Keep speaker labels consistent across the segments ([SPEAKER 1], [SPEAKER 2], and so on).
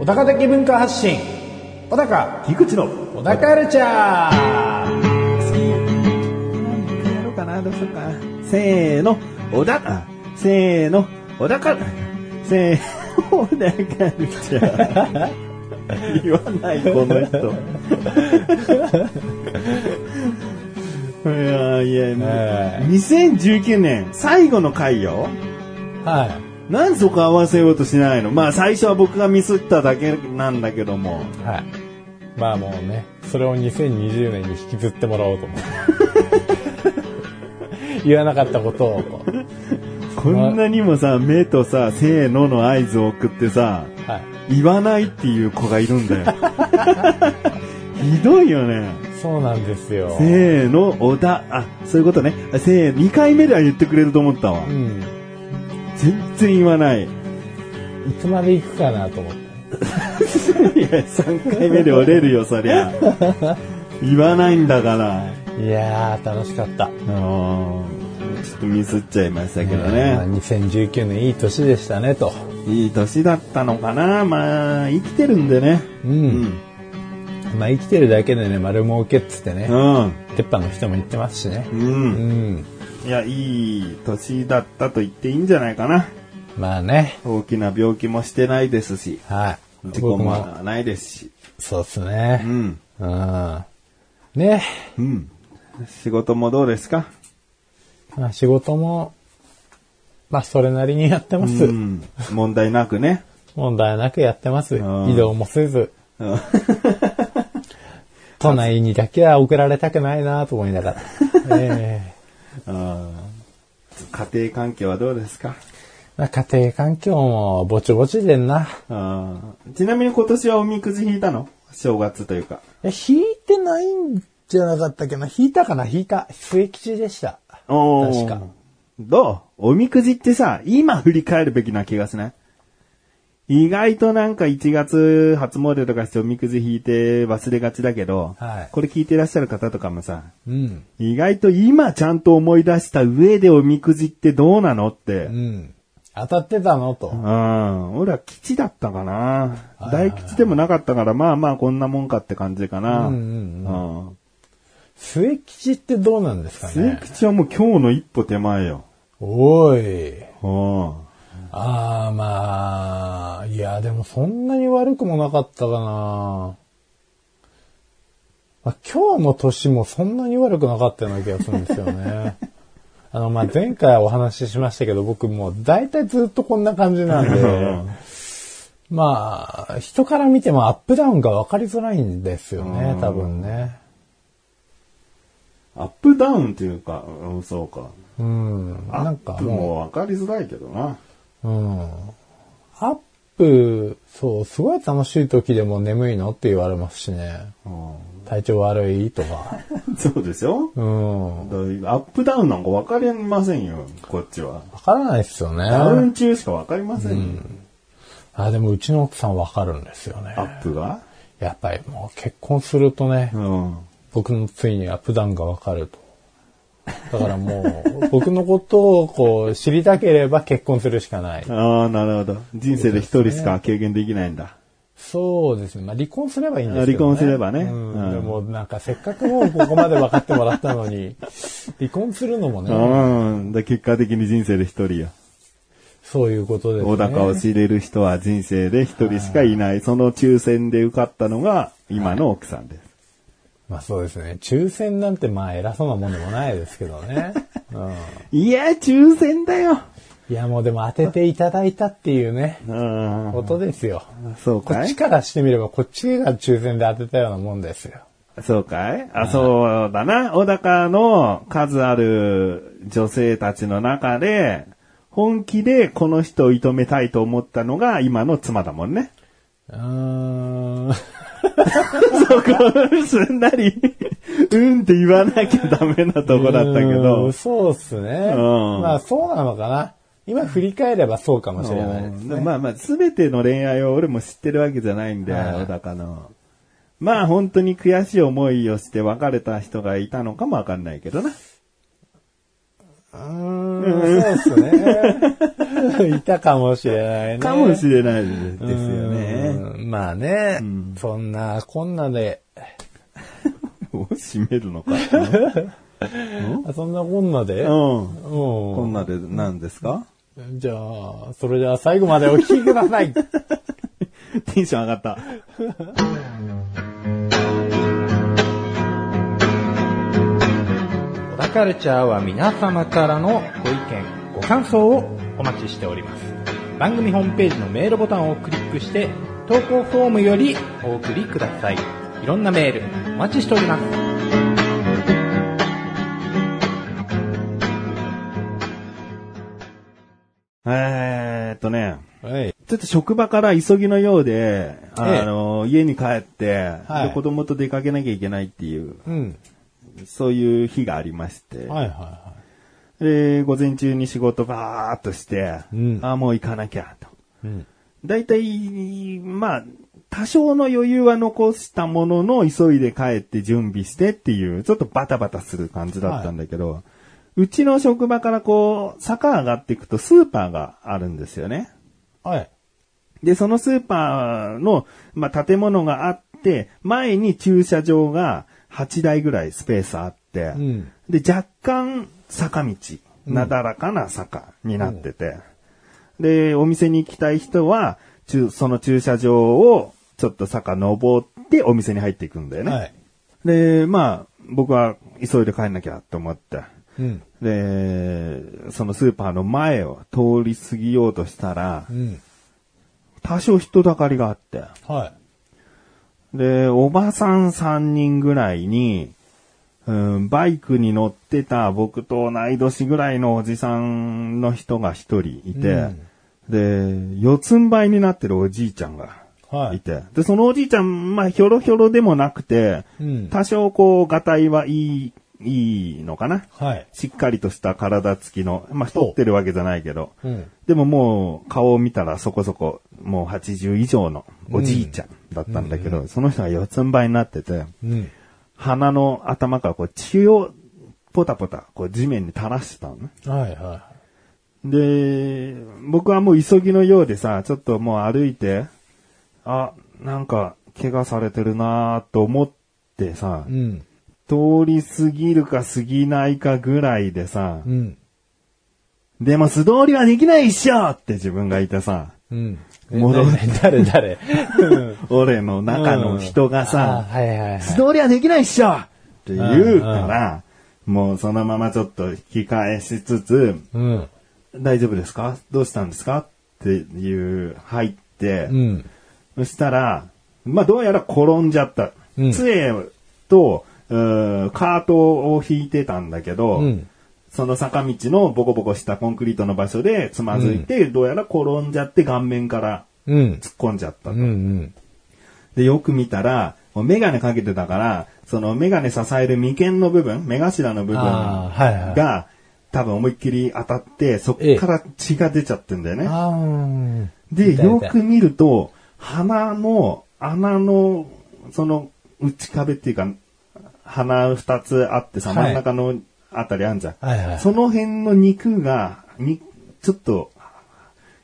[SPEAKER 1] 小高的文化発信小高
[SPEAKER 2] 樋口の
[SPEAKER 1] 小高カルチャー
[SPEAKER 2] やろうかな、どうしようかな。せーの、小田、あせーの、小田か、せーの、小田かるちゃん。言わない、この人。 いやいや、もう
[SPEAKER 1] え
[SPEAKER 2] 2019年最後の回よ。
[SPEAKER 1] は
[SPEAKER 2] なんでそこ合わせようとしないのまあ最初は僕がミスっただけなんだけども。
[SPEAKER 1] いはいまあもうねそれを2020年に引きずってもらおうと思 って言わなかったことをこう
[SPEAKER 2] こんなにもさ、目とさ、せーのの合図を送ってさ、
[SPEAKER 1] はい
[SPEAKER 2] 言わないっていう子がいるんだよ。ひどいよね。
[SPEAKER 1] そうなんですよ
[SPEAKER 2] せーの、小田、あ、そういうことね。あせーの、2回目では言ってくれると思ったわ
[SPEAKER 1] う。ん
[SPEAKER 2] 全然言わない。い
[SPEAKER 1] いつまで行くかなと思って
[SPEAKER 2] や、3回目で折れるよ、そりゃ。言わないんだから。あ
[SPEAKER 1] いやー楽しかった
[SPEAKER 2] ーちょっとミスっちゃいましたけど
[SPEAKER 1] まあ
[SPEAKER 2] ね。
[SPEAKER 1] 2019年いい年でしたねと
[SPEAKER 2] いい年だったのかな。まあ、生きてるんでね。
[SPEAKER 1] う、
[SPEAKER 2] うんん。
[SPEAKER 1] まあ生きてるだけでね丸儲けっつってね、
[SPEAKER 2] うん。
[SPEAKER 1] 鉄板の人も言ってますしね
[SPEAKER 2] う。
[SPEAKER 1] うんん
[SPEAKER 2] いや、いい年だったと言っていいんじゃないかな。
[SPEAKER 1] まあね
[SPEAKER 2] 大きな病気もしてないですし、
[SPEAKER 1] はい
[SPEAKER 2] 事故
[SPEAKER 1] 僕
[SPEAKER 2] も
[SPEAKER 1] も
[SPEAKER 2] ないですし。
[SPEAKER 1] そうっす
[SPEAKER 2] う
[SPEAKER 1] ね
[SPEAKER 2] ん。
[SPEAKER 1] うんね
[SPEAKER 2] うん。仕事もどうですか
[SPEAKER 1] まあ仕事もまあそれなりにやってます、
[SPEAKER 2] うん。問題なくね。
[SPEAKER 1] 問題なくやってます
[SPEAKER 2] うん
[SPEAKER 1] 移動もせず
[SPEAKER 2] うん
[SPEAKER 1] 都内にだけは送られたくないなと思いながら ええ
[SPEAKER 2] あー家庭環境はどうですか
[SPEAKER 1] まあ家庭環境もぼちぼちでんな
[SPEAKER 2] あーちなみに今年はおみくじ引いたの正月というか。
[SPEAKER 1] え引いてないんじゃなかったっけな引いたかな引いた。末吉でした。
[SPEAKER 2] お
[SPEAKER 1] 確か。
[SPEAKER 2] どうおみくじってさ、今振り返るべきな気がしない意外となんか1月初詣とかしておみくじ引いて忘れがちだけど、
[SPEAKER 1] はい
[SPEAKER 2] これ聞いてらっしゃる方とかもさ、
[SPEAKER 1] うん。
[SPEAKER 2] 意外と今ちゃんと思い出した上でおみくじってどうなのって
[SPEAKER 1] う。ん。当たってたのと。
[SPEAKER 2] うん。俺は吉だったかな。大吉でもなかったから、まあまあこんなもんかって感じかな。
[SPEAKER 1] うん
[SPEAKER 2] うん
[SPEAKER 1] 末吉ってどうなんですか
[SPEAKER 2] 末
[SPEAKER 1] ね
[SPEAKER 2] 吉はもう今日の一歩手前よ。
[SPEAKER 1] おい。
[SPEAKER 2] うん。
[SPEAKER 1] ああ、まあ。いや、でもそんなに悪くもなかったかな。まあ、今日の年もそんなに悪くなかったような気がするんですよね。あの、まあ、前回お話ししましたけど、僕もう大体ずっとこんな感じなんで。まあ、人から見てもアップダウンが分かりづらいんですよね、多分ね。
[SPEAKER 2] アップダウンっていうか、うん、そうか。
[SPEAKER 1] うん。なん
[SPEAKER 2] ア
[SPEAKER 1] か
[SPEAKER 2] ップ
[SPEAKER 1] も
[SPEAKER 2] もう分かりづらいけどな。
[SPEAKER 1] う、うん。アップ、そう、すごい楽しい時でも眠いのって言われますしね。
[SPEAKER 2] う
[SPEAKER 1] 体調悪いとか。
[SPEAKER 2] ん、 そうでしょ
[SPEAKER 1] うん。わ
[SPEAKER 2] だいアップダウンなんか分かりませんよ、こっちは。
[SPEAKER 1] からないですよ
[SPEAKER 2] ダウ
[SPEAKER 1] ね。
[SPEAKER 2] ン中しか分かりませんよ。
[SPEAKER 1] あ、でもうちの奥さんわかるんですよね
[SPEAKER 2] ア。ップが。
[SPEAKER 1] やっぱりもう結婚するとね、
[SPEAKER 2] うん。
[SPEAKER 1] 僕のついにアップダウンがわかると。だからもう、僕のことをこう、知りたければ結婚するしかない。
[SPEAKER 2] ああ、なるほど。人生で一人しか経験できないんだ。
[SPEAKER 1] そうですね。まあ、離婚すればいいんですけどね。
[SPEAKER 2] 離婚すればね
[SPEAKER 1] うん
[SPEAKER 2] うん
[SPEAKER 1] でも、なんか、せっかくもうここまで分かってもらったのに、 離婚するのもね、
[SPEAKER 2] うん。で結果的に人生で一人よ。
[SPEAKER 1] そういうことですね。
[SPEAKER 2] 小高を知れる人は人生で一人しかいない。その抽選で受かったのが今の奥さんです。
[SPEAKER 1] まあ、そうですね。抽選なんて、まあ、偉そうなもんでもないですけど ね。うん。
[SPEAKER 2] いや、抽選だよ。
[SPEAKER 1] いや、もうでも当てていただいたっていうね、
[SPEAKER 2] うん。
[SPEAKER 1] ことですよ。
[SPEAKER 2] そう
[SPEAKER 1] こ
[SPEAKER 2] か
[SPEAKER 1] っ
[SPEAKER 2] い
[SPEAKER 1] ちからしてみれば、こっちが抽選で当てたようなもんですよ。
[SPEAKER 2] そうかいあ、そうだな。小高の数ある女性たちの中で、本気でこの人を射止めたいと思ったのが今の妻だもん ね。
[SPEAKER 1] うーん。
[SPEAKER 2] そこ、すんなり、うんって言わなきゃダメなとこだったけ
[SPEAKER 1] う
[SPEAKER 2] ど
[SPEAKER 1] ん。そうっすね。
[SPEAKER 2] うん
[SPEAKER 1] まあそうなのかな。今振り返ればそうかもしれないです
[SPEAKER 2] う
[SPEAKER 1] ね。
[SPEAKER 2] んまあまあ、すべての恋愛を俺も知ってるわけじゃないんで、
[SPEAKER 1] はい
[SPEAKER 2] 小高の。まあ本当に悔しい思いをして別れた人がいたのかもわかんないけどな。
[SPEAKER 1] うーん、そうです ね。いたかもしれないね。
[SPEAKER 2] かもしれないですよね。
[SPEAKER 1] うんまあね、そんなこんなで、
[SPEAKER 2] を締める のか。
[SPEAKER 1] あそんなこんなで、
[SPEAKER 2] うん。
[SPEAKER 1] うん
[SPEAKER 2] こんなで何ですか
[SPEAKER 1] じゃあ、それでは最後までお聞きくだ さい。
[SPEAKER 2] テンション上がった。
[SPEAKER 1] 小田カルチャーは皆様からのご意見、ご感想をお待ちしております。番組ホームページのメールボタンをクリックして、投稿フォームよりお送りください。いろんなメール、お待ちしております。
[SPEAKER 2] えーっとね、
[SPEAKER 1] はい。
[SPEAKER 2] ちょっと職場から急ぎのようで、あ
[SPEAKER 1] ええ
[SPEAKER 2] の、家に帰って、
[SPEAKER 1] はい
[SPEAKER 2] で子供と出かけなきゃいけないっていう、
[SPEAKER 1] うん。
[SPEAKER 2] そういう日がありまして、
[SPEAKER 1] はいはいは
[SPEAKER 2] で、午前中に仕事バーっとして、
[SPEAKER 1] うん
[SPEAKER 2] あーもう行かなきゃと。
[SPEAKER 1] い。うん。
[SPEAKER 2] 大体、まあ、多少の余裕は残したものの、急いで帰って準備してっていう、ちょっとバタバタする感じだったんだけど、うちの職場からこう、坂上がっていくとスーパーがあるんですよね。
[SPEAKER 1] はい。
[SPEAKER 2] で、そのスーパーの、まあ、建物があって、前に駐車場が8台ぐらいスペースあって、
[SPEAKER 1] うん
[SPEAKER 2] で、若干坂道、なだらかな坂になってて、で、お店に行きたい人は、中その駐車場をちょっと坂登ってお店に入っていくんだよね。
[SPEAKER 1] はい。
[SPEAKER 2] で、まあ、僕は急いで帰んなきゃと思って、
[SPEAKER 1] うん。
[SPEAKER 2] で、そのスーパーの前を通り過ぎようとしたら
[SPEAKER 1] う、ん。
[SPEAKER 2] 多少人だかりがあって、
[SPEAKER 1] は
[SPEAKER 2] で、おばさん3人ぐらいに、うん、バイクに乗ってた僕と同い年ぐらいのおじさんの人が一人いて、で、四つん這いになってるおじいちゃんが
[SPEAKER 1] はい
[SPEAKER 2] いて、で、そのおじいちゃん、まあ、ひょろひょろでもなくて、
[SPEAKER 1] うん
[SPEAKER 2] 多少こう、がたいはいい、いいのかな。
[SPEAKER 1] はい。
[SPEAKER 2] しっかりとした体つきの、まあ、
[SPEAKER 1] そう
[SPEAKER 2] 太ってるわけじゃないけど、
[SPEAKER 1] うん。
[SPEAKER 2] でももう顔を見たらそこそこもう80以上のおじいちゃんだったんだけど、その人が四つん這いになってて、
[SPEAKER 1] うん。
[SPEAKER 2] 鼻の頭からこう血をポタポタこう地面に垂らしてたのね。
[SPEAKER 1] はいは
[SPEAKER 2] で、僕はもう急ぎのようでさ、ちょっともう歩いて、あ、なんか怪我されてるなぁと思ってさ
[SPEAKER 1] い。う、ん。
[SPEAKER 2] 通り過ぎるか過ぎないかぐらいでさ、
[SPEAKER 1] うん。
[SPEAKER 2] でも素通りはできないっしょって自分がいてさ、
[SPEAKER 1] うん。
[SPEAKER 2] 戻る
[SPEAKER 1] え誰誰うん
[SPEAKER 2] 俺の 中の人が
[SPEAKER 1] あ
[SPEAKER 2] さ、
[SPEAKER 1] はいはいはい。
[SPEAKER 2] 素通りはできないっしょって言うから、もうそのままちょっと引き返しつつ、
[SPEAKER 1] うん。
[SPEAKER 2] 大丈夫ですかどうしたんですかっていう、入って
[SPEAKER 1] う、ん。
[SPEAKER 2] そしたら、まあどうやら転んじゃった。
[SPEAKER 1] うん
[SPEAKER 2] 杖と、うーカートを引いてたんだけど、
[SPEAKER 1] うん
[SPEAKER 2] その坂道のボコボコしたコンクリートの場所でつまずいて、どうやら転んじゃって顔面から
[SPEAKER 1] うん。
[SPEAKER 2] 突っ込んじゃった
[SPEAKER 1] うん。うん。
[SPEAKER 2] で、よく見たら、もうメガネかけてたから、そのメガネ支える眉間の部分、目頭の部分
[SPEAKER 1] あーはいはい
[SPEAKER 2] が、多分思いっきり当たって、そっから血が出ちゃってんだよね。
[SPEAKER 1] あー
[SPEAKER 2] で、
[SPEAKER 1] 痛い
[SPEAKER 2] よ
[SPEAKER 1] 痛い
[SPEAKER 2] く見ると、鼻の穴の、その内壁っていうか、鼻二つあってさ、
[SPEAKER 1] はい
[SPEAKER 2] 真ん中のあたりあんじゃん。
[SPEAKER 1] はいはい
[SPEAKER 2] その辺の肉が、に、ちょっと、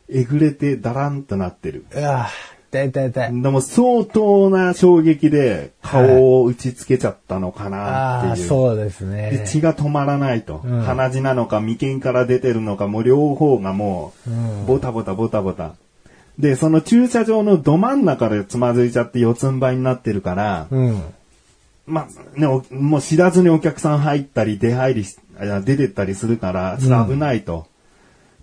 [SPEAKER 2] えぐれてだらんとなってる。
[SPEAKER 1] うわ痛い痛い痛い。
[SPEAKER 2] でも相当な衝撃で顔を打ちつけちゃったのか
[SPEAKER 1] あ
[SPEAKER 2] な
[SPEAKER 1] あ、
[SPEAKER 2] っていう。
[SPEAKER 1] そうです
[SPEAKER 2] で
[SPEAKER 1] ね。
[SPEAKER 2] 血が止まらないと。
[SPEAKER 1] うん
[SPEAKER 2] 鼻血なのか眉間から出てるのかもう両方がも
[SPEAKER 1] うん
[SPEAKER 2] うボタボタボタボタ。で、その駐車場のど真ん中でつまずいちゃって四つん這いになってるから、
[SPEAKER 1] うん。
[SPEAKER 2] まあね、おもう知らずにお客さん入ったり出入りし、あ出てったりするから、ちょっと危ないと、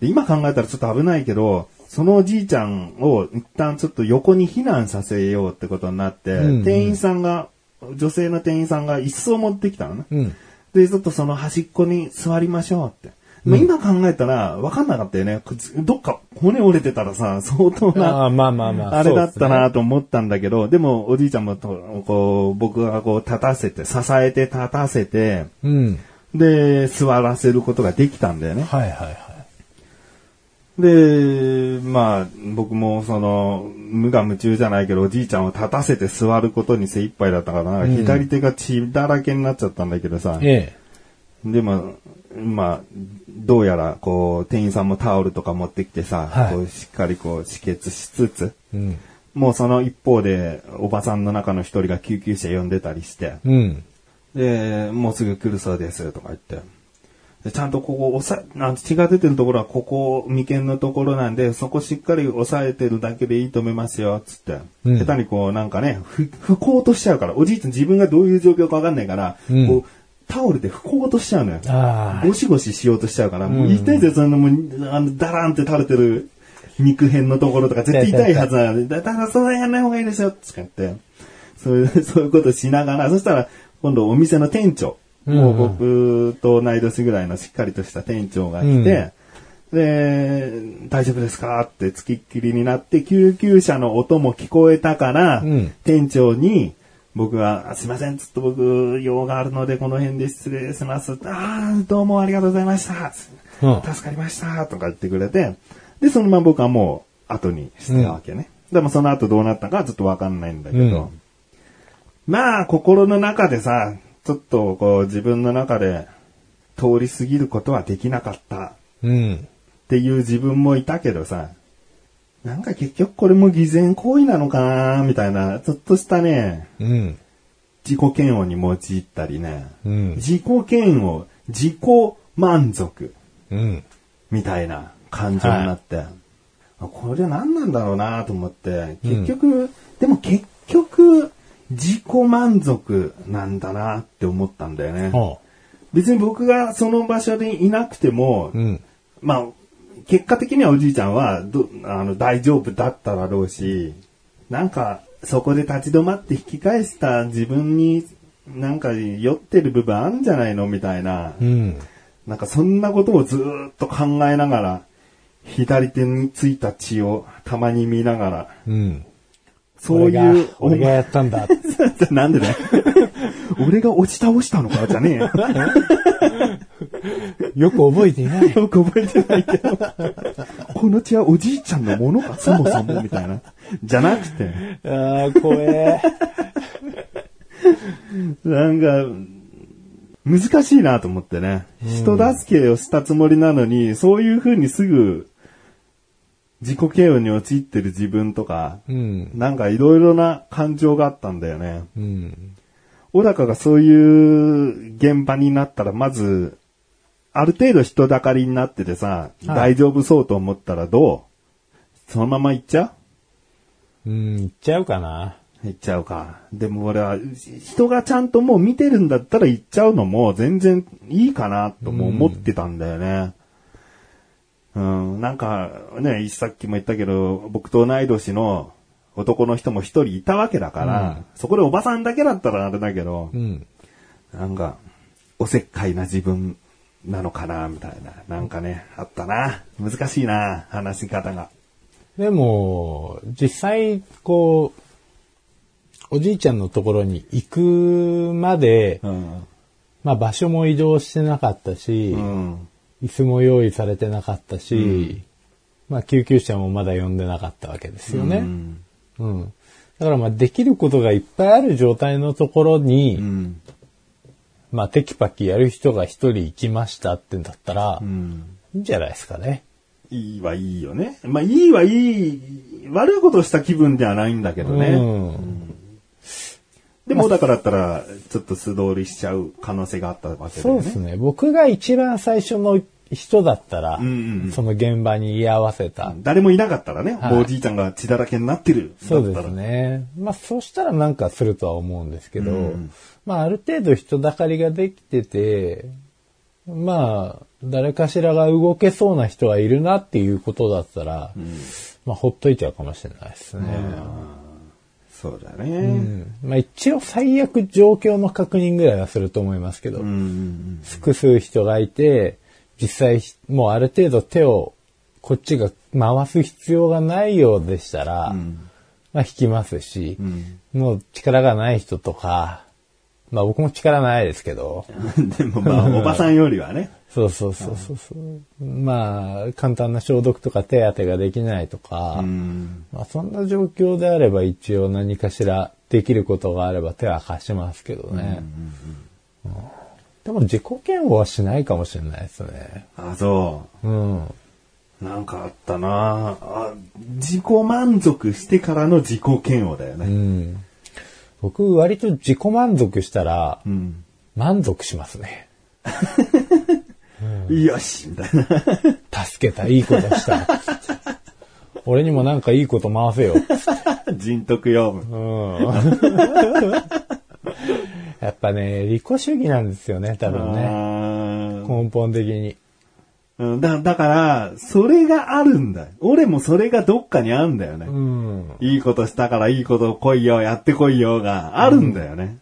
[SPEAKER 2] で今考えたらちょっと危ないけど、そのおじいちゃんを一旦ちょっと横に避難させようってことになって、
[SPEAKER 1] うんうん
[SPEAKER 2] 店員さんが、女性の店員さんが椅子を持ってきたのね。
[SPEAKER 1] うん。
[SPEAKER 2] で、ちょっとその端っこに座りましょうって。まあ今考えたら分かんなかったよね。こどっか骨折れてたらさ、相当な
[SPEAKER 1] ああ、まあまあまあ。
[SPEAKER 2] あれだった
[SPEAKER 1] そう
[SPEAKER 2] なと思ったんだけど、でもおじいちゃんもとこう僕がこう立たせて、支えて立たせて、
[SPEAKER 1] ですね。
[SPEAKER 2] で、座らせることができたんだよ
[SPEAKER 1] うん。
[SPEAKER 2] ね。
[SPEAKER 1] はいはいは
[SPEAKER 2] で、まあ、僕もその、無我夢中じゃないけど、おじいちゃんを立たせて座ることに精一杯だったから、なんか左手が血だらけになっちゃったんだけどさ、
[SPEAKER 1] え
[SPEAKER 2] でも、まあ、どうやら、こう、店員さんもタオルとか持ってきてさ、
[SPEAKER 1] はい
[SPEAKER 2] こうしっかりこう、止血しつつ、
[SPEAKER 1] え。うん。
[SPEAKER 2] もうその一方で、おばさんの中の一人が救急車呼んでたりして、
[SPEAKER 1] うん。
[SPEAKER 2] で、もうすぐ来るそうですとか言って。でちゃんとここ押さ、あ血が出てるところはここ眉間のところなんで、そこしっかり押さえてるだけでいいと思いますよ、つって。
[SPEAKER 1] うん
[SPEAKER 2] 下手にこうなんかね、ふ、拭こうとしちゃうから、おじいちゃん自分がどういう状況かわかんないから、
[SPEAKER 1] うん
[SPEAKER 2] こう、タオルで拭こうとしちゃうのよ。
[SPEAKER 1] あ
[SPEAKER 2] ゴシゴシしようとしちゃうから、も
[SPEAKER 1] う
[SPEAKER 2] うん痛いぜ、そんなもう、あの、ダランって垂れてる肉片のところとか絶対痛いはずなので、だからそれやんない方がいいですよ、つかって。そういう、 そういうことしながら、そしたら、今度お店の店長、
[SPEAKER 1] うん
[SPEAKER 2] もう僕と同い年ぐらいのしっかりとした店長が来て、で、大丈夫ですかって付きっきりになって、救急車の音も聞こえたから、
[SPEAKER 1] うん
[SPEAKER 2] 店長に、僕が、あすいません、ちょっと僕、用があるので、この辺で失礼します。ああ、どうもありがとうございました。
[SPEAKER 1] うん
[SPEAKER 2] 助かりました。とか言ってくれて、で、そのまま僕はもう、後にしてたわけね。でもその後どうなったかはちょっとわかんないんだけど、
[SPEAKER 1] うん
[SPEAKER 2] まあ、心の中でさ、ちょっとこう、自分の中で、通り過ぎることはできなかった。
[SPEAKER 1] うん。
[SPEAKER 2] っていう自分もいたけどさ、なんか結局これも偽善行為なのかなみたいな、ちょっとしたね、
[SPEAKER 1] うん。
[SPEAKER 2] 自己嫌悪に用いたりね、
[SPEAKER 1] うん。
[SPEAKER 2] 自己嫌悪、自己満足
[SPEAKER 1] うん。
[SPEAKER 2] みたいな感情になって、これ何なんだろうなと思って、結局、でも結局、自己満足なんだなって思ったんだよね。
[SPEAKER 1] は
[SPEAKER 2] 別に僕がその場所でいなくても
[SPEAKER 1] あ。、うん。
[SPEAKER 2] まあ、結果的にはおじいちゃんはどあの大丈夫だっただろうし、なんか、そこで立ち止まって引き返した自分に、なんか酔ってる部分あるんじゃないのみたいな、
[SPEAKER 1] うん。
[SPEAKER 2] なんかそんなことをずーっと考えながら、左手についた血をたまに見ながら、
[SPEAKER 1] うん。
[SPEAKER 2] そういう、
[SPEAKER 1] 俺が、俺がやったんだ。
[SPEAKER 2] お なんでね俺が落ち倒したのかじゃねえよ。
[SPEAKER 1] よく覚えていない。
[SPEAKER 2] よく覚えてないけど、この血はおじいちゃんのものか、そもそも、みたいな。じゃなくて、
[SPEAKER 1] ああ、怖え。
[SPEAKER 2] なんか、難しいなと思ってね。人助けをしたつもりなのに、そういう風にすぐ、自己嫌悪に陥ってる自分とか、
[SPEAKER 1] うん。
[SPEAKER 2] なんかいろいろな感情があったんだよね。
[SPEAKER 1] うん。
[SPEAKER 2] 小高がそういう現場になったら、まず、ある程度人だかりになっててさ、
[SPEAKER 1] はい
[SPEAKER 2] 大丈夫そうと思ったらどうそのまま行っちゃ
[SPEAKER 1] うん、行っちゃうかな。
[SPEAKER 2] う行っちゃうか。でも俺は、人がちゃんともう見てるんだったら行っちゃうのも全然いいかなとも思ってたんだよね。うん、なんかね、さっきも言ったけど、僕と同い年の男の人も一人いたわけだから、そこでおばさんだけだったらあれだけど、
[SPEAKER 1] うん。
[SPEAKER 2] なんか、おせっかいな自分なのかな、みたいな。なんかね、あったな。難しいな、話し方が。
[SPEAKER 1] でも、実際、こう、おじいちゃんのところに行くまで、
[SPEAKER 2] うん。
[SPEAKER 1] まあ場所も移動してなかったし、
[SPEAKER 2] うん。
[SPEAKER 1] 椅子も用意されてなかったし、まあ救急車もまだ呼んでなかったわけですよ
[SPEAKER 2] う
[SPEAKER 1] ね。
[SPEAKER 2] ん。
[SPEAKER 1] うん。だからまあできることがいっぱいある状態のところに、
[SPEAKER 2] うん。
[SPEAKER 1] まあテキパキやる人が一人行きましたってんだったら、
[SPEAKER 2] う
[SPEAKER 1] い
[SPEAKER 2] ん。
[SPEAKER 1] いんじゃないですかね。
[SPEAKER 2] いいはいいよね。まあ、いいはいい、悪いことをした気分ではないんだけどね。
[SPEAKER 1] うん。
[SPEAKER 2] でも、だからだったら、ちょっと素通りしちゃう可能性があったわけだ
[SPEAKER 1] そう
[SPEAKER 2] よ
[SPEAKER 1] で
[SPEAKER 2] ね。
[SPEAKER 1] すね。僕が一番最初の人だったら、
[SPEAKER 2] んうんうん
[SPEAKER 1] その現場に居合わせた。
[SPEAKER 2] 誰もいなかったらね、
[SPEAKER 1] はい
[SPEAKER 2] おじいちゃんが血だらけになってる。
[SPEAKER 1] そう
[SPEAKER 2] だ
[SPEAKER 1] で
[SPEAKER 2] っ
[SPEAKER 1] す
[SPEAKER 2] たら。
[SPEAKER 1] ね。まあ、そうしたらなんかするとは思うんですけど、
[SPEAKER 2] うん
[SPEAKER 1] まあ、ある程度人だかりができてて、まあ、誰かしらが動けそうな人はいるなっていうことだったら、まあ、ほっといちゃうかもしれないですね。
[SPEAKER 2] そうだね。
[SPEAKER 1] うんまあ、一応最悪状況の確認ぐらいはすると思いますけど、
[SPEAKER 2] うん。
[SPEAKER 1] 複数人がいて、実際ひもうある程度手をこっちが回す必要がないようでしたら、
[SPEAKER 2] うん。
[SPEAKER 1] まあ引きますし
[SPEAKER 2] う、ん。
[SPEAKER 1] もう力がない人とか、まあ僕も力ないですけど。
[SPEAKER 2] でもまあ、おばさんよりはね。
[SPEAKER 1] そうそうそうそうそう。まあ、簡単な消毒とか手当てができないとか、
[SPEAKER 2] うん。
[SPEAKER 1] まあそんな状況であれば一応何かしらできることがあれば手は貸しますけどね。うんでも自己嫌悪はしないかもしれないですね。
[SPEAKER 2] あ、そ
[SPEAKER 1] うん。
[SPEAKER 2] う。なんかあったなあ自己満足してからの自己嫌悪だよね。
[SPEAKER 1] うん。僕割と自己満足したら
[SPEAKER 2] うん。
[SPEAKER 1] 満足しますね。
[SPEAKER 2] よしみたいな。
[SPEAKER 1] 助けた、いいことした。俺にもなんかいいこと回せよ。
[SPEAKER 2] 人徳よ。
[SPEAKER 1] やっぱね、利己主義なんですよね、多分ね。
[SPEAKER 2] あー
[SPEAKER 1] 根本的に。
[SPEAKER 2] うんだだから、それがあるんだよ。俺もそれがどっかにあるんだよね。
[SPEAKER 1] うん。
[SPEAKER 2] いいことしたからいいこと来いよ、やってこいよがあるんだよね。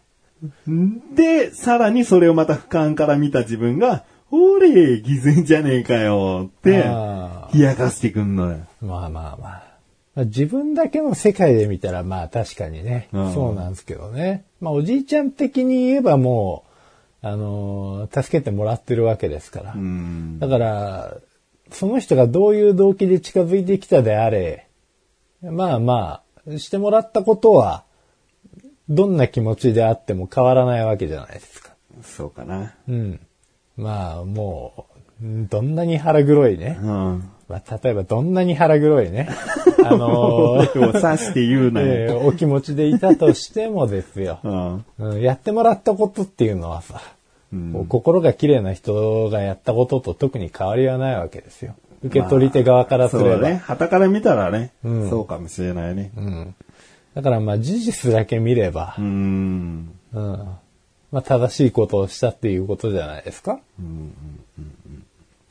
[SPEAKER 2] で、さらにそれをまた俯瞰から見た自分が、ほれ、偽善じゃねえかよって
[SPEAKER 1] あ、
[SPEAKER 2] 冷やかしてくんのよ。
[SPEAKER 1] まあまあまあ。まあ自分だけの世界で見たらまあ確かにね、
[SPEAKER 2] うん
[SPEAKER 1] そうなんですけどね。まあおじいちゃん的に言えばもう、あのー助けてもらってるわけですから。
[SPEAKER 2] うん。
[SPEAKER 1] だから、その人がどういう動機で近づいてきたであれ、まあまあ、してもらったことは、どんな気持ちであっても変わらないわけじゃないですか。
[SPEAKER 2] そうかな。
[SPEAKER 1] うん。まあ、もう、うんどんなに腹黒いね
[SPEAKER 2] う。ん。
[SPEAKER 1] まあ、例えばどんなに腹黒いね。あの
[SPEAKER 2] 俺を
[SPEAKER 1] ー
[SPEAKER 2] 刺して言うな
[SPEAKER 1] え
[SPEAKER 2] よ。
[SPEAKER 1] ーお気持ちでいたとしてもですよ。
[SPEAKER 2] うん。
[SPEAKER 1] うん、やってもらったことっていうのはさ、こう心が綺麗な人がやったことと特に変わりはないわけですよ。受け取り手側からす
[SPEAKER 2] そう
[SPEAKER 1] れ
[SPEAKER 2] だ
[SPEAKER 1] ば。
[SPEAKER 2] ね。旗から見たらね、
[SPEAKER 1] うん
[SPEAKER 2] そうかもしれないね。
[SPEAKER 1] だからまあ事実だけ見れば
[SPEAKER 2] う、ん。
[SPEAKER 1] うんまあ正しいことをしたっていうことじゃないですか。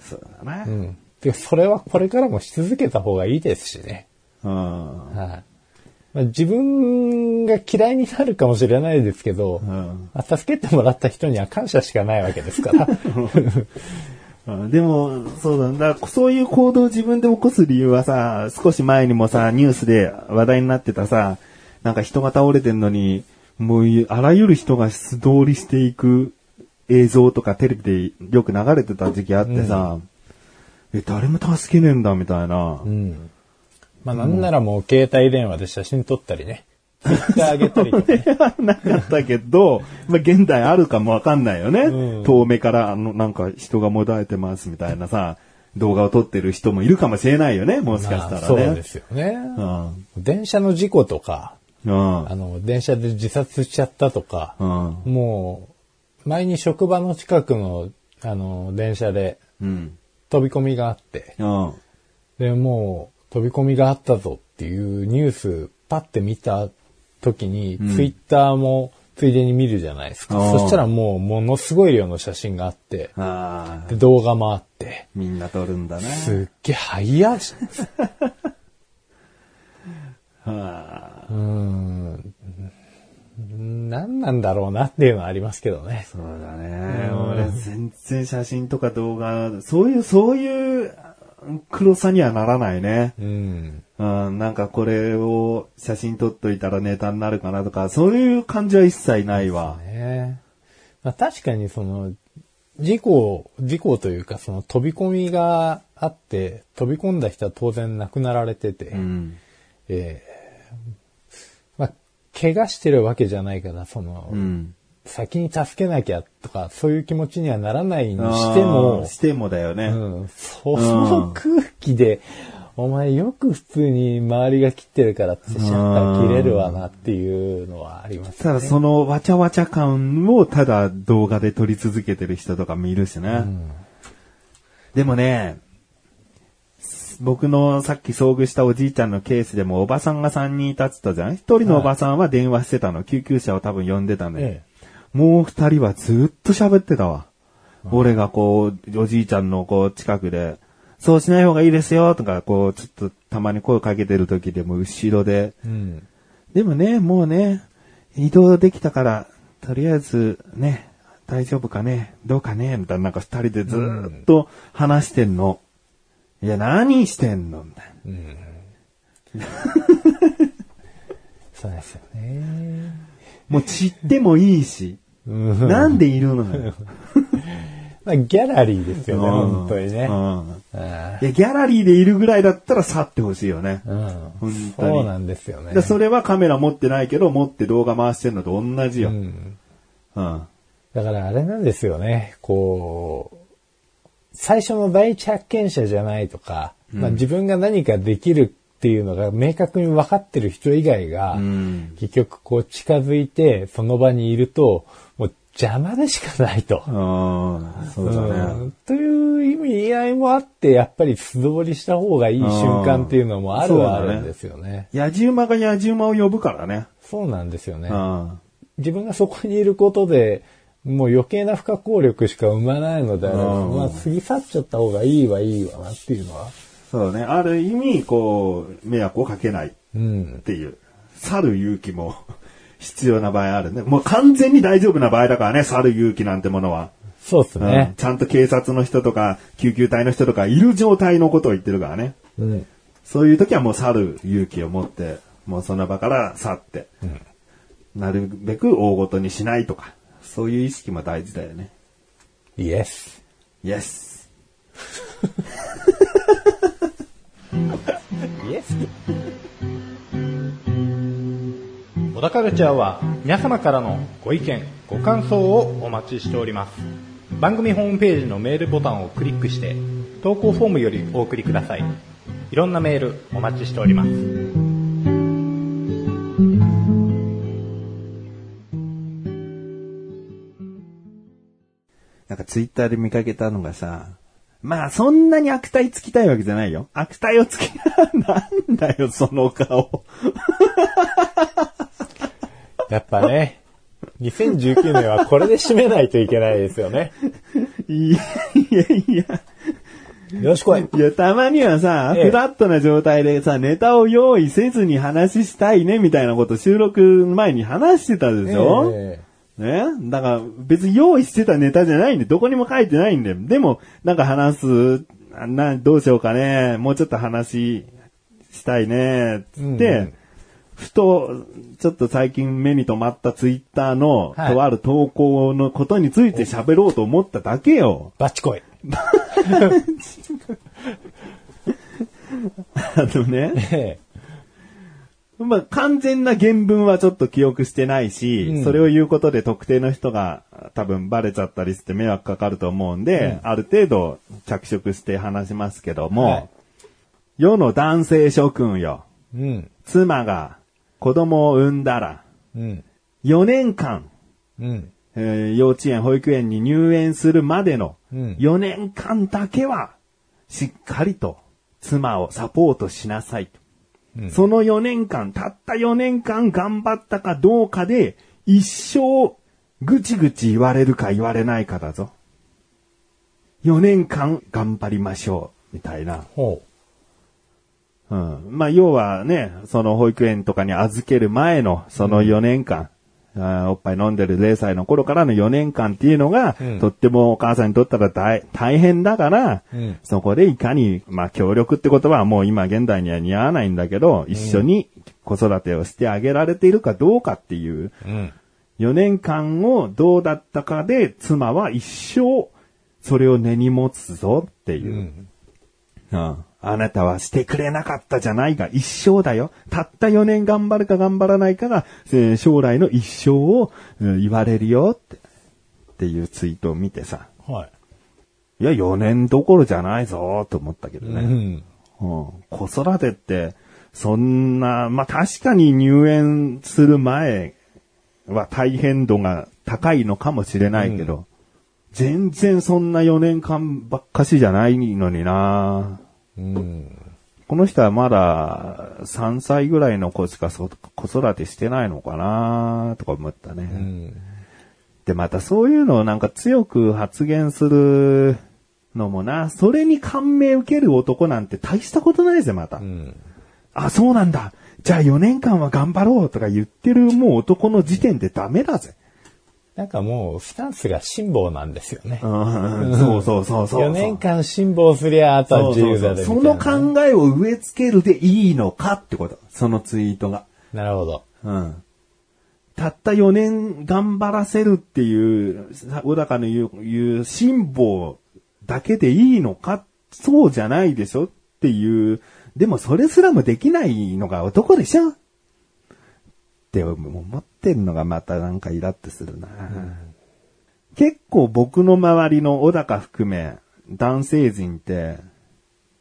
[SPEAKER 2] そうだな。う。
[SPEAKER 1] うんん。で、それはこれからもし続けた方がいいですしね。はい、まあ、自分が嫌いになるかもしれないですけど、
[SPEAKER 2] ん
[SPEAKER 1] まあ助けてもらった人には感謝しかないわけで すから。
[SPEAKER 2] うんでも、そうだな、だからそういう行動を自分で起こす理由はさ、少し前にもさ、ニュースで話題になってたさ、なんか人が倒れてんのに、もういあらゆる人が素通りしていく映像とかテレビでよく流れてた時期あってさ、え、誰も助けねえんだみたいな。
[SPEAKER 1] うん。まあなんならもう携帯電話で写真撮った りね。ツイッター上げたりとかね。
[SPEAKER 2] なかったけど、まあ、現代あるかもわかんないよね。
[SPEAKER 1] うん
[SPEAKER 2] 遠目から、あの、なんか人がもだえてますみたいなさ、動画を撮ってる人もいるかもしれないよね、もしかした
[SPEAKER 1] ま
[SPEAKER 2] ら
[SPEAKER 1] あ
[SPEAKER 2] ね。
[SPEAKER 1] そうですよね。
[SPEAKER 2] うん。
[SPEAKER 1] 電車の事故とか、
[SPEAKER 2] うん
[SPEAKER 1] あ。の、電車で自殺しちゃったとか、
[SPEAKER 2] うん。
[SPEAKER 1] もう、前に職場の近くの、あの、電車で
[SPEAKER 2] うん。
[SPEAKER 1] 飛び込みがあって、
[SPEAKER 2] うん。
[SPEAKER 1] で、もう、飛び込みがあったぞっていうニュース、パッて見た時に、ツイッターもついでに見るじゃないですか。
[SPEAKER 2] あー
[SPEAKER 1] そしたらもう、ものすごい量の写真があって、
[SPEAKER 2] ああ
[SPEAKER 1] で、動画もあって、
[SPEAKER 2] みんな撮るんだな。
[SPEAKER 1] すっげえ早いし。
[SPEAKER 2] ああ
[SPEAKER 1] うーん。何なんだろうなっていうのはありますけどね。
[SPEAKER 2] そうだね。俺、全然写真とか動画、そういう、そういう黒さにはならないね。
[SPEAKER 1] うん。
[SPEAKER 2] うん、なんかこれを写真撮っといたらネタになるかなとか、そういう感じは一切ないわ。
[SPEAKER 1] ねまあ確かにその、事故、事故というかその飛び込みがあって、飛び込んだ人は当然亡くなられてて、
[SPEAKER 2] うん。
[SPEAKER 1] えーまあ、怪我してるわけじゃないから、その、
[SPEAKER 2] うん。
[SPEAKER 1] 先に助けなきゃとか、そういう気持ちにはならないにしても、
[SPEAKER 2] あーしてもだよね。
[SPEAKER 1] うんその空気で、お前よく普通に周りが切ってるからってシャッター切れるわなっていうのはあります
[SPEAKER 2] ただそのわちゃわちゃ感をただ動画で撮り続けてる人とかもいるしね。でもね、僕のさっき遭遇したおじいちゃんのケースでもおばさんが3人いたって言ったじゃん一人のおばさんは電話してたの。救急車を多分呼んでたのよ。
[SPEAKER 1] え
[SPEAKER 2] もう二人はずっと喋ってたわ。俺がこう、おじいちゃんのこう近くで、そうしない方がいいですよとか、こう、ちょっとたまに声かけてる時でも後ろで、
[SPEAKER 1] うん。
[SPEAKER 2] でもね、もうね、移動できたから、とりあえずね、大丈夫かね、どうかね、みたいな、なんか二人でずーっと話してんの。いや、何してんのみたいな。
[SPEAKER 1] そうですよね。
[SPEAKER 2] もう散ってもいいし、なんでいるのよ。
[SPEAKER 1] まあ、ギャラリーですよね、
[SPEAKER 2] うん
[SPEAKER 1] 本当にね
[SPEAKER 2] う。ん
[SPEAKER 1] あ
[SPEAKER 2] いや、ギャラリーでいるぐらいだったら去ってほしいよね。
[SPEAKER 1] あうん
[SPEAKER 2] 当に
[SPEAKER 1] そうなんですよね。
[SPEAKER 2] でそれはカメラ持ってないけど、持って動画回してるのと同じよ。
[SPEAKER 1] う
[SPEAKER 2] うん。
[SPEAKER 1] んだからあれなんですよね、こう、最初の第一発見者じゃないとか、まあ、自分が何かできるっていうのが明確に分かってる人以外が、
[SPEAKER 2] ん
[SPEAKER 1] 結局こう近づいてその場にいると、もう邪魔でしかないと。
[SPEAKER 2] うん。そうだ
[SPEAKER 1] う
[SPEAKER 2] ね。
[SPEAKER 1] んという意味合いもあって、やっぱり素通りした方がいい瞬間っていうのもあるはあるんですよね。
[SPEAKER 2] 野じ馬が野じ馬を呼ぶからね。
[SPEAKER 1] そうなんですよね
[SPEAKER 2] う。ん。
[SPEAKER 1] 自分がそこにいることで、もう余計な不可抗力しか生まないので、
[SPEAKER 2] うん
[SPEAKER 1] まあ過ぎ去っちゃった方がいいはいいわなっていうのは。
[SPEAKER 2] そうだね。ある意味、こう、迷惑をかけないっ
[SPEAKER 1] うん。
[SPEAKER 2] ていう。去る勇気も 必要な場合あるね。もう完全に大丈夫な場合だからね、去る勇気なんてものは。
[SPEAKER 1] そうです
[SPEAKER 2] うん
[SPEAKER 1] ね。
[SPEAKER 2] ちゃんと警察の人とか、救急隊の人とか、いる状態のことを言ってるからね。
[SPEAKER 1] うん。
[SPEAKER 2] そういう時はもう去る勇気を持って、もうその場から去って、なるべく大ごとにしないとか、そういう意識も大事だよね。
[SPEAKER 1] イエス。
[SPEAKER 2] イエス。
[SPEAKER 1] イエス。小田カルチャーは皆様からのご意見、ご感想をお待ちしております。番組ホームページのメールボタンをクリックして、投稿フォームよりお送りください。いろんなメールお待ちしております。
[SPEAKER 2] なんかツイッターで見かけたのがさ、まあそんなに悪態つきたいわけじゃないよ。悪態をつきな、なんだよその顔。
[SPEAKER 1] やっぱね、2019年はこれで締めないといけないですよね。
[SPEAKER 2] いやいやいや。
[SPEAKER 1] よしこい。
[SPEAKER 2] いや、たまにはさ、
[SPEAKER 1] ええ
[SPEAKER 2] フラットな状態でさ、ネタを用意せずに話したいね、みたいなこと収録前に話してたでしょ、
[SPEAKER 1] え
[SPEAKER 2] ねだから別に用意してたネタじゃないんで、どこにも書いてないんで。でも、なんか話す、あな、どうしようかね、もうちょっと話したいね、つって、
[SPEAKER 1] うんうん
[SPEAKER 2] ふと、ちょっと最近目に留まったツイッターの、
[SPEAKER 1] はい
[SPEAKER 2] とある投稿のことについて喋ろうと思っただけよ。
[SPEAKER 1] バチコイ。
[SPEAKER 2] あのね。
[SPEAKER 1] え
[SPEAKER 2] まあ、完全な原文はちょっと記憶してないし、
[SPEAKER 1] うん
[SPEAKER 2] それを言うことで特定の人が多分バレちゃったりして迷惑かかると思うんで、ある程度着色して話しますけども、
[SPEAKER 1] はい
[SPEAKER 2] 世の男性諸君よ、
[SPEAKER 1] えうん。
[SPEAKER 2] 妻が子供を産んだら、
[SPEAKER 1] うん。
[SPEAKER 2] 4年間、
[SPEAKER 1] うん。
[SPEAKER 2] えー幼稚園、保育園に入園するまでの
[SPEAKER 1] うん
[SPEAKER 2] 4年間だけは、しっかりと妻をサポートしなさいと。
[SPEAKER 1] うん
[SPEAKER 2] その4年間、たった4年間頑張ったかどうかで、一生、ぐちぐち言われるか言われないかだぞ。4年間頑張りましょう、みたいな。
[SPEAKER 1] ほ
[SPEAKER 2] うん。まあ、要はね、その保育園とかに預ける前の、その4年間、あーおっぱい飲んでる0歳の頃からの4年間っていうのが、
[SPEAKER 1] うん
[SPEAKER 2] とってもお母さんにとったら大大変だから、
[SPEAKER 1] うん
[SPEAKER 2] そこでいかに、まあ、協力ってことはもう今現代には似合わないんだけど、一緒に子育てをしてあげられているかどうかっていう、
[SPEAKER 1] う。うん。
[SPEAKER 2] 4年間をどうだったかで、妻は一生、それを根に持つぞっていうう。
[SPEAKER 1] ん。
[SPEAKER 2] うん。あなたはしてくれなかったじゃないが、一生だよ。たった4年頑張るか頑張らないかが、えー将来の一生を、うん言われるよって、っていうツイートを見てさ。
[SPEAKER 1] はい
[SPEAKER 2] や、4年どころじゃないぞ、と思ったけど
[SPEAKER 1] い。
[SPEAKER 2] ね。
[SPEAKER 1] うん。
[SPEAKER 2] うん子育てって、そんな、まあ、確かに入園する前は大変度が高いのかもしれないけど、全然そんな4年間ばっかしじゃないのにな
[SPEAKER 1] うん。
[SPEAKER 2] この人はまだ3歳ぐらいの子しかそ子育てしてないのかなとか思ったね。
[SPEAKER 1] うん。
[SPEAKER 2] で、またそういうのをなんか強く発言するのもな、それに感銘受ける男なんて大したことないぜ、また。
[SPEAKER 1] うん。
[SPEAKER 2] あ、そうなんだ。じゃあ4年間は頑張ろうとか言ってるもう男の時点でダメ だぜ。
[SPEAKER 1] なんかもう、スタンスが辛抱なんですよね。
[SPEAKER 2] うん、そうそうそうそう。
[SPEAKER 1] 4年間辛抱すりゃ、あとは
[SPEAKER 2] そう
[SPEAKER 1] 自
[SPEAKER 2] そう
[SPEAKER 1] 由
[SPEAKER 2] そ
[SPEAKER 1] だ
[SPEAKER 2] う
[SPEAKER 1] で
[SPEAKER 2] そ
[SPEAKER 1] みたいな
[SPEAKER 2] の
[SPEAKER 1] ね
[SPEAKER 2] 考えを植え付けるでいいのかってこと。そのツイートが。
[SPEAKER 1] なるほど。
[SPEAKER 2] うん。たった4年頑張らせるっていう、さ小高の言う、言う辛抱だけでいいのか、そうじゃないでしょっていう、でもそれすらもできないのが男でしょって思ってるのがまたなんかイラッとするな、結構僕の周りの小高含め男性陣って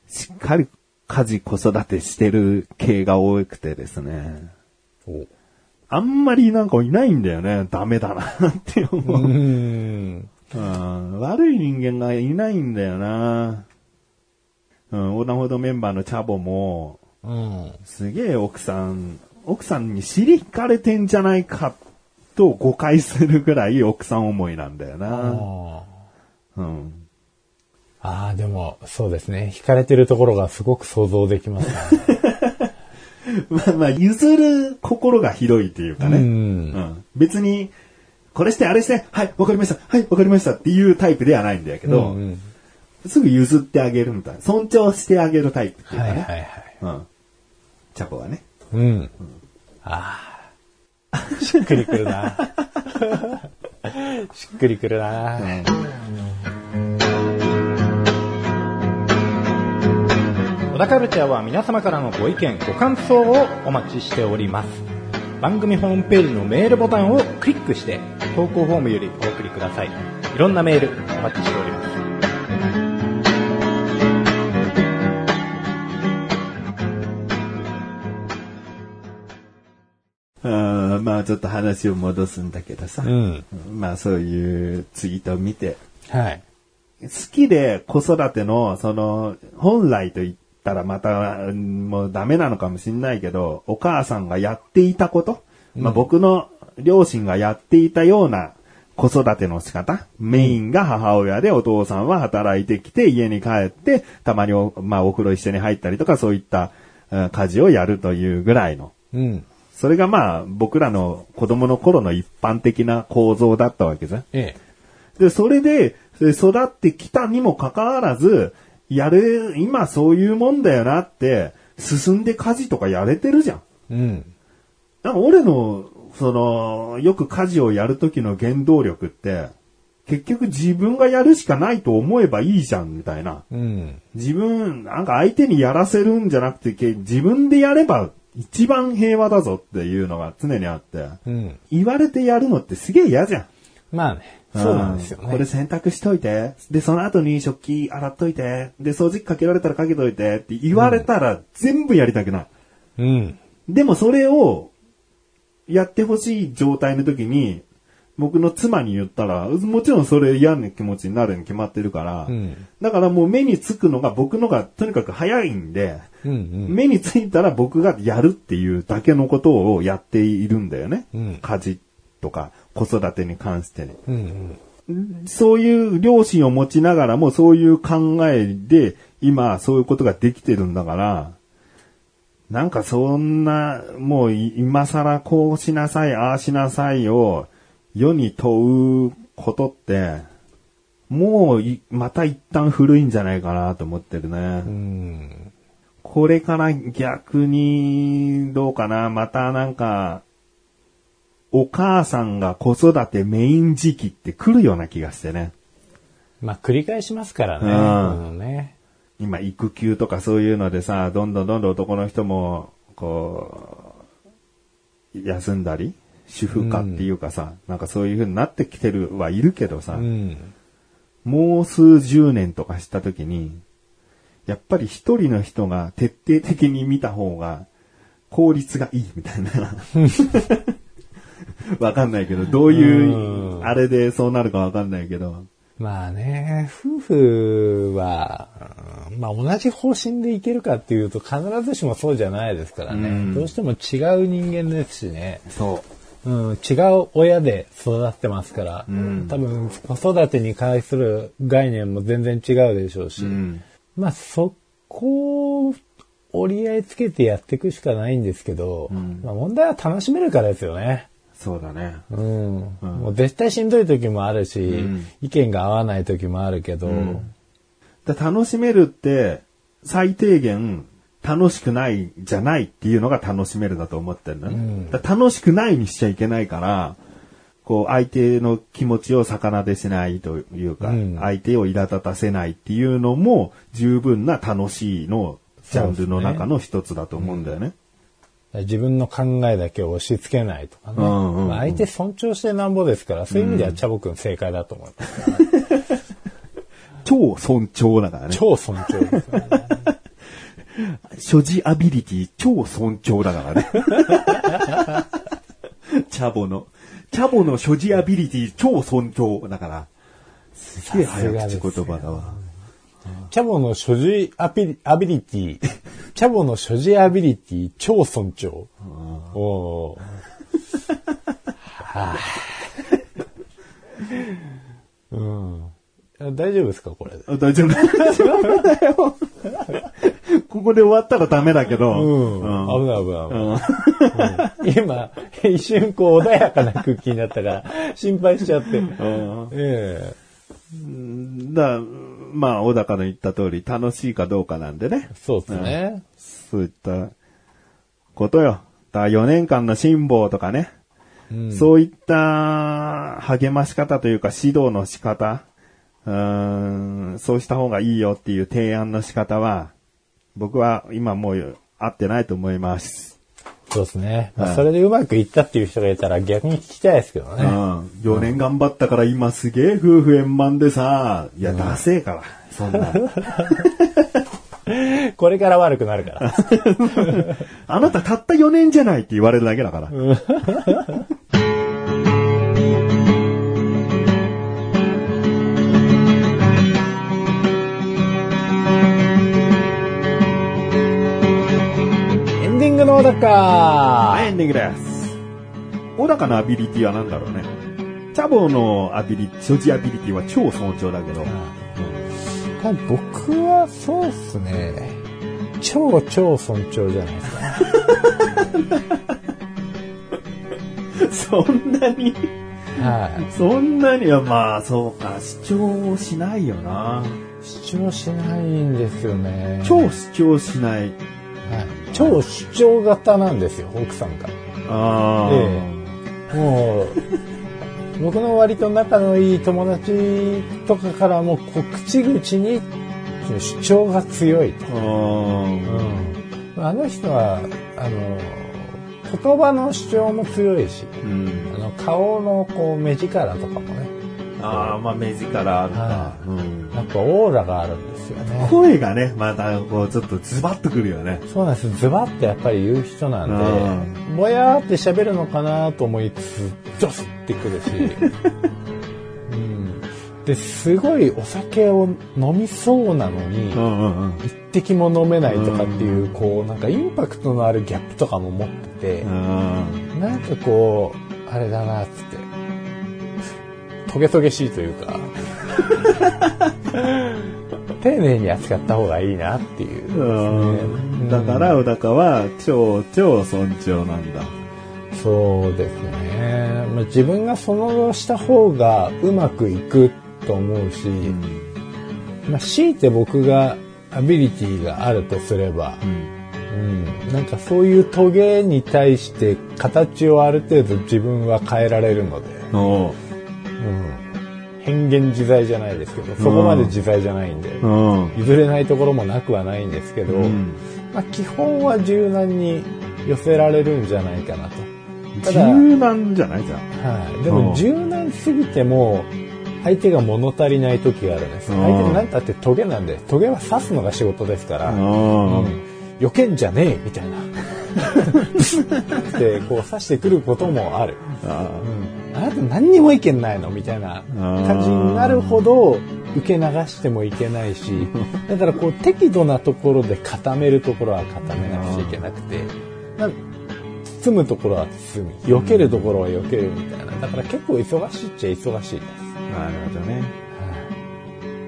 [SPEAKER 2] しっかり家事子育てしてる系が多くてですね。
[SPEAKER 1] お
[SPEAKER 2] あんまりなんかいないんだよね。ダメだ なって思う。
[SPEAKER 1] うーん。
[SPEAKER 2] うん悪い人間がいないんだよな。うん、横断歩道メンバーのチャボも、
[SPEAKER 1] うん。
[SPEAKER 2] すげえ奥さん、奥さんに尻引かれてんじゃないかと誤解するぐらい奥さん思いなんだよな。
[SPEAKER 1] あ
[SPEAKER 2] うん。
[SPEAKER 1] あー、でも、そうですね。惹かれてるところがすごく想像できますね。
[SPEAKER 2] まあまあ、譲る心が広いというかね。
[SPEAKER 1] うん
[SPEAKER 2] うん別に、これしてあれして、はい、わかりました、はい、わかりましたっていうタイプではないんだけど、
[SPEAKER 1] んん
[SPEAKER 2] すぐ譲ってあげるみたいな。尊重してあげるタイプっていう
[SPEAKER 1] は
[SPEAKER 2] か
[SPEAKER 1] い
[SPEAKER 2] ね。
[SPEAKER 1] はいはい。
[SPEAKER 2] うん。チャボはね。
[SPEAKER 1] うん。ああ。しっくりくるな。しっくりくるな。小田カルチャーは皆様からのご意見、ご感想をお待ちしております。番組ホームページのメールボタンをクリックして、投稿フォームよりお送りください。いろんなメールお待ちしております。
[SPEAKER 2] うん、まあちょっと話を戻すんだけどさ。
[SPEAKER 1] ん。
[SPEAKER 2] まあそういうツイートを見て。
[SPEAKER 1] はい。
[SPEAKER 2] 好きで子育ての、その、本来と言ったらまた、うんもうダメなのかもしんないけど、お母さんがやっていたこと、まあ僕の両親がやっていたような子育ての仕方、メインが母親でお父さんは働いてきて家に帰って、たまにお、まあお風呂一緒に入ったりとかそういったうん家事をやるというぐらいの。
[SPEAKER 1] うん。
[SPEAKER 2] それがまあ僕らの子供の頃の一般的な構造だったわけじゃん。
[SPEAKER 1] え
[SPEAKER 2] で、それで、え育ってきたにもかかわらず、やれ、今そういうもんだよなって、進んで家事とかやれてるじゃん。
[SPEAKER 1] え。うん。
[SPEAKER 2] なんか俺の、その、よく家事をやるときの原動力って、結局自分がやるしかないと思えばいいじゃん、みたいな。
[SPEAKER 1] うん。
[SPEAKER 2] 自分、なんか相手にやらせるんじゃなくて、け自分でやれば一番平和だぞっていうのが常にあって、
[SPEAKER 1] うん。
[SPEAKER 2] 言われてやるのってすげえ嫌じゃん。
[SPEAKER 1] まあね。そうなんですよ
[SPEAKER 2] うん
[SPEAKER 1] ね。
[SPEAKER 2] これ洗濯しといて、で、その後に食器洗っといて、で、掃除機かけられたらかけといてって言われたら全部やりたくない。
[SPEAKER 1] うん。
[SPEAKER 2] でもそれをやってほしい状態の時に、僕の妻に言ったら、もちろんそれ嫌な気持ちになるに決まってるから、
[SPEAKER 1] うん
[SPEAKER 2] だからもう目につくのが僕のがとにかく早いんで、
[SPEAKER 1] うん。
[SPEAKER 2] 目についたら僕がやるっていうだけのことをやっているんだよね。
[SPEAKER 1] うん
[SPEAKER 2] 家事とか子育てに関してに。
[SPEAKER 1] うん。うん。
[SPEAKER 2] そういう両親を持ちながらもそういう考えで今そういうことができてるんだから、なんかそんな、もうい今更こうしなさい、ああしなさいを世に問うことって、もういまた一旦古いんじゃないかなと思ってるね。
[SPEAKER 1] うん。
[SPEAKER 2] これから逆に、どうかな、またなんか、お母さんが子育てメイン時期って来るような気がしてね。
[SPEAKER 1] まあ繰り返しますから
[SPEAKER 2] う
[SPEAKER 1] ね。
[SPEAKER 2] ん
[SPEAKER 1] このね。
[SPEAKER 2] 今、育休とかそういうのでさ、どんどんどんどん男の人も、こう、休んだり、主婦化っていうかさ、なんかそういう風になってきてるはいるけどさ、
[SPEAKER 1] うん。
[SPEAKER 2] もう数十年とかした時に、やっぱり一人の人が徹底的に見た方が効率がいいみたいな。わかんないけど、どういうう、
[SPEAKER 1] ん
[SPEAKER 2] あれでそうなるかわかんないけど。
[SPEAKER 1] まあね、夫婦は、うんまあ同じ方針でいけるかっていうと必ずしもそうじゃないですからね。
[SPEAKER 2] うん
[SPEAKER 1] どうしても違う人間ですしね、
[SPEAKER 2] そ
[SPEAKER 1] うん、違う親で育ってますから、
[SPEAKER 2] ん
[SPEAKER 1] 多分子育てに関する概念も全然違うでしょうし、
[SPEAKER 2] うん。
[SPEAKER 1] まあそこを折り合いつけてやっていくしかないんですけど、
[SPEAKER 2] ん
[SPEAKER 1] まあ問題は楽しめるからですよね。
[SPEAKER 2] そうだね。
[SPEAKER 1] うん、もう絶対しんどい時もあるし、
[SPEAKER 2] ん
[SPEAKER 1] 意見が合わない時もあるけど、
[SPEAKER 2] んだ楽しめるって、最低限、楽しくないじゃないっていうのが楽しめるだと思ってるのね、
[SPEAKER 1] うん
[SPEAKER 2] だから楽しくないにしちゃいけないから、こう相手の気持ちを逆なでしないというか、
[SPEAKER 1] うん
[SPEAKER 2] 相手を苛立たせないっていうのも十分な楽しいのジャンルの中の一つだと思うんだよね。
[SPEAKER 1] 自分の考えだけを押し付けないとかね。
[SPEAKER 2] うんうんうん
[SPEAKER 1] まあ相手尊重してなんぼですから、そういう意味ではチャボくん正解だと思います。
[SPEAKER 2] 超尊重だからね。
[SPEAKER 1] 超尊重ですね。
[SPEAKER 2] 所持アビリティ超尊重だから ね。チャボの。チャボの所持アビリティ超尊重だから。すげえ 早口言葉だわ。
[SPEAKER 1] チャボの所持アピリアビリ ティ、チャボの所持アビリティ超尊重。 おーはいうん。大丈夫ですかこれで。
[SPEAKER 2] あ大丈夫だ。大丈夫だよ。 ここで終わったらダメだけど。
[SPEAKER 1] うん。
[SPEAKER 2] うん
[SPEAKER 1] 危ない危ない。今、一瞬こう穏やかな空気になったから、心配しちゃって。
[SPEAKER 2] うん
[SPEAKER 1] ええ
[SPEAKER 2] だからまあ、小高の言った通り、楽しいかどうかなんでね。
[SPEAKER 1] そうですね。
[SPEAKER 2] そういったことよ。だから4年間の辛抱とかね。そういった励まし方というか指導の仕方、うーん、そうした方がいいよっていう提案の仕方は、僕は今もう合ってないと思います。
[SPEAKER 1] そうですね。ま
[SPEAKER 2] は
[SPEAKER 1] あ、
[SPEAKER 2] い
[SPEAKER 1] それでうまくいったっていう人がいたら逆に聞きたいですけど
[SPEAKER 2] う
[SPEAKER 1] ね。
[SPEAKER 2] ん。4年頑張ったから今すげえ夫婦円満でさ、いや、ダセえから、そんな。
[SPEAKER 1] これから悪くなるから。
[SPEAKER 2] あなたたった4年じゃないって言われるだけだから。
[SPEAKER 1] エンディングの小高
[SPEAKER 2] はい、エンディングです。小高のアビリティは何だろうね。チャボのアビリティ、所持アビリティは超尊重だけど、
[SPEAKER 1] 多分僕はそうっすね。超超尊重じゃないですか。
[SPEAKER 2] そんなに
[SPEAKER 1] は。
[SPEAKER 2] そんなにはまあそうか主張をしないよない
[SPEAKER 1] 主張しないんですよね。
[SPEAKER 2] 超主張しない
[SPEAKER 1] はい超主張型なんですよ、奥さんが。
[SPEAKER 2] ああ、
[SPEAKER 1] もう、僕の割と仲のいい友達とかからも、こう、口々に主張が強いと。
[SPEAKER 2] あー
[SPEAKER 1] あの人は、あの、言葉の主張も強いし、
[SPEAKER 2] うん
[SPEAKER 1] あの、顔のこう、目力とかもね、
[SPEAKER 2] ああまあ目力あるか
[SPEAKER 1] は、
[SPEAKER 2] うん
[SPEAKER 1] なんかオーラがあるんですよね。
[SPEAKER 2] 声がねまたこうちょっとズバッとくるよね
[SPEAKER 1] そうなんです。ズバってやっぱり言う人なんで、ぼやーって喋るのかなと思いつつ、ドスって くるし。うん。で、すごいお酒を飲みそうなのに
[SPEAKER 2] う、んうんうん
[SPEAKER 1] 一滴も飲めないとかっていう、こう、なんかインパクトのあるギャップとかも持ってて、
[SPEAKER 2] うん
[SPEAKER 1] なんかこう、あれだなっつって、トゲトゲしいという か、丁寧に扱った方がいいなっていうですね、
[SPEAKER 2] うんだから小高は超超尊重なんだ
[SPEAKER 1] そうですね、まあ、自分がその後した方がうまくいくと思うし、まあ、強いて僕がアビリティがあるとすれば、うん、なんかそういうトゲに対して形をある程度自分は変えられるので、
[SPEAKER 2] おう
[SPEAKER 1] うん、変幻自在じゃないですけどそこまで自在じゃないんで、
[SPEAKER 2] うん
[SPEAKER 1] 譲れないところもなくはないんですけど、
[SPEAKER 2] うん
[SPEAKER 1] まあ、基本は柔軟に寄せられるんじゃないかなと。ただ
[SPEAKER 2] 柔軟じゃないじゃん
[SPEAKER 1] はい、で
[SPEAKER 2] うん
[SPEAKER 1] も柔軟すぎても相手が物足りない時があるんです
[SPEAKER 2] うん
[SPEAKER 1] 相手なんたってトゲなんでトゲは刺すのが仕事ですから、うん、
[SPEAKER 2] うん
[SPEAKER 1] 避けんじゃねえみたいなでこう刺してくることもある、
[SPEAKER 2] あ
[SPEAKER 1] うん、あなた何にも意見ないのみたいな感じになるほど受け流してもいけない しだからこう適度なところで固めるところは固めなくちゃいけなくてなん包むところは包み避けるところは避けるみたいなだから結構忙しいっちゃ忙しいです。
[SPEAKER 2] ーなるほどね。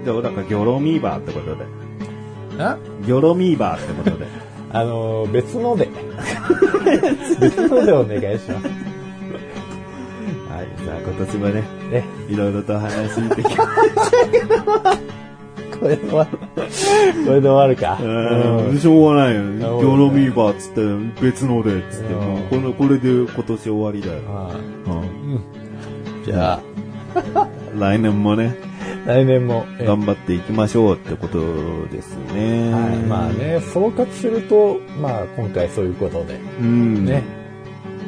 [SPEAKER 2] じゃあ、だから、ギョロミーバーってことで。
[SPEAKER 1] あ
[SPEAKER 2] ギョロミーバーって ことで。
[SPEAKER 1] あのー別の で別のでお願いします。
[SPEAKER 2] はい。じゃあ、今年もね、
[SPEAKER 1] ね
[SPEAKER 2] いろいろと話してき
[SPEAKER 1] これはこれで終わるか。
[SPEAKER 2] え
[SPEAKER 1] う
[SPEAKER 2] ー
[SPEAKER 1] ん
[SPEAKER 2] しょうがないよね。
[SPEAKER 1] なる
[SPEAKER 2] 魚
[SPEAKER 1] ほどね
[SPEAKER 2] のビーバーっつって、別のでっつって、
[SPEAKER 1] うん
[SPEAKER 2] もうこの、これで今年終わりだよ。
[SPEAKER 1] ま
[SPEAKER 2] う
[SPEAKER 1] あ
[SPEAKER 2] ん
[SPEAKER 1] じゃあ、
[SPEAKER 2] 来年もね、
[SPEAKER 1] 来年も、え
[SPEAKER 2] 頑張っていきましょうってことですね。
[SPEAKER 1] はい、まあ。ね、総括すると、まあ今回そういうことで、
[SPEAKER 2] うん。
[SPEAKER 1] ね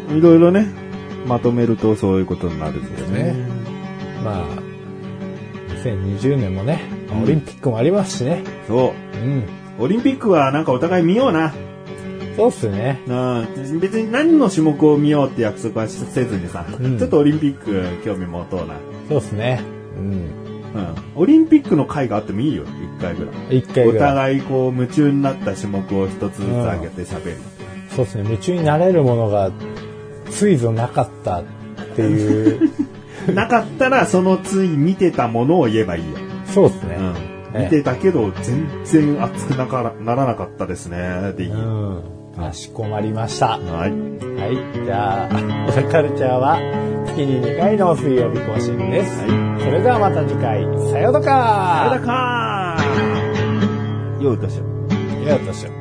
[SPEAKER 2] ね。。いろいろね、まとめるとそういうことになるんだよね。
[SPEAKER 1] まあ、2020年もね、
[SPEAKER 2] うん
[SPEAKER 1] オリンピックもありますしね。
[SPEAKER 2] そ
[SPEAKER 1] うん。
[SPEAKER 2] う。オリンピックはなんかお互い見ような。
[SPEAKER 1] そうっすね。
[SPEAKER 2] なあ別に何の種目を見ようって約束はしせずにさ、
[SPEAKER 1] うん
[SPEAKER 2] ちょっとオリンピック興味持とうな。
[SPEAKER 1] そうっすね。うん。
[SPEAKER 2] うん。オリンピックの回があってもいいよ、一回ぐらい。
[SPEAKER 1] 一回
[SPEAKER 2] お
[SPEAKER 1] ぐらい。
[SPEAKER 2] 互いこう夢中になった種目を一つずつ上げて喋る。
[SPEAKER 1] そうっすね。夢中になれるものが、ついぞなかったって いう。
[SPEAKER 2] なかったらそのつい見てたものを言えばいいよ。
[SPEAKER 1] そうっすね。
[SPEAKER 2] うん。
[SPEAKER 1] ええ
[SPEAKER 2] 見てたけど全然熱くなからならなかったですね。でいい。は
[SPEAKER 1] うん。かしこまりました。
[SPEAKER 2] い。
[SPEAKER 1] はい。じゃあ、小田カルチャーは月に2回の水曜日更新です。
[SPEAKER 2] は
[SPEAKER 1] それではまた次回、さようなら
[SPEAKER 2] あれだかーようとしよう。
[SPEAKER 1] いや、私は。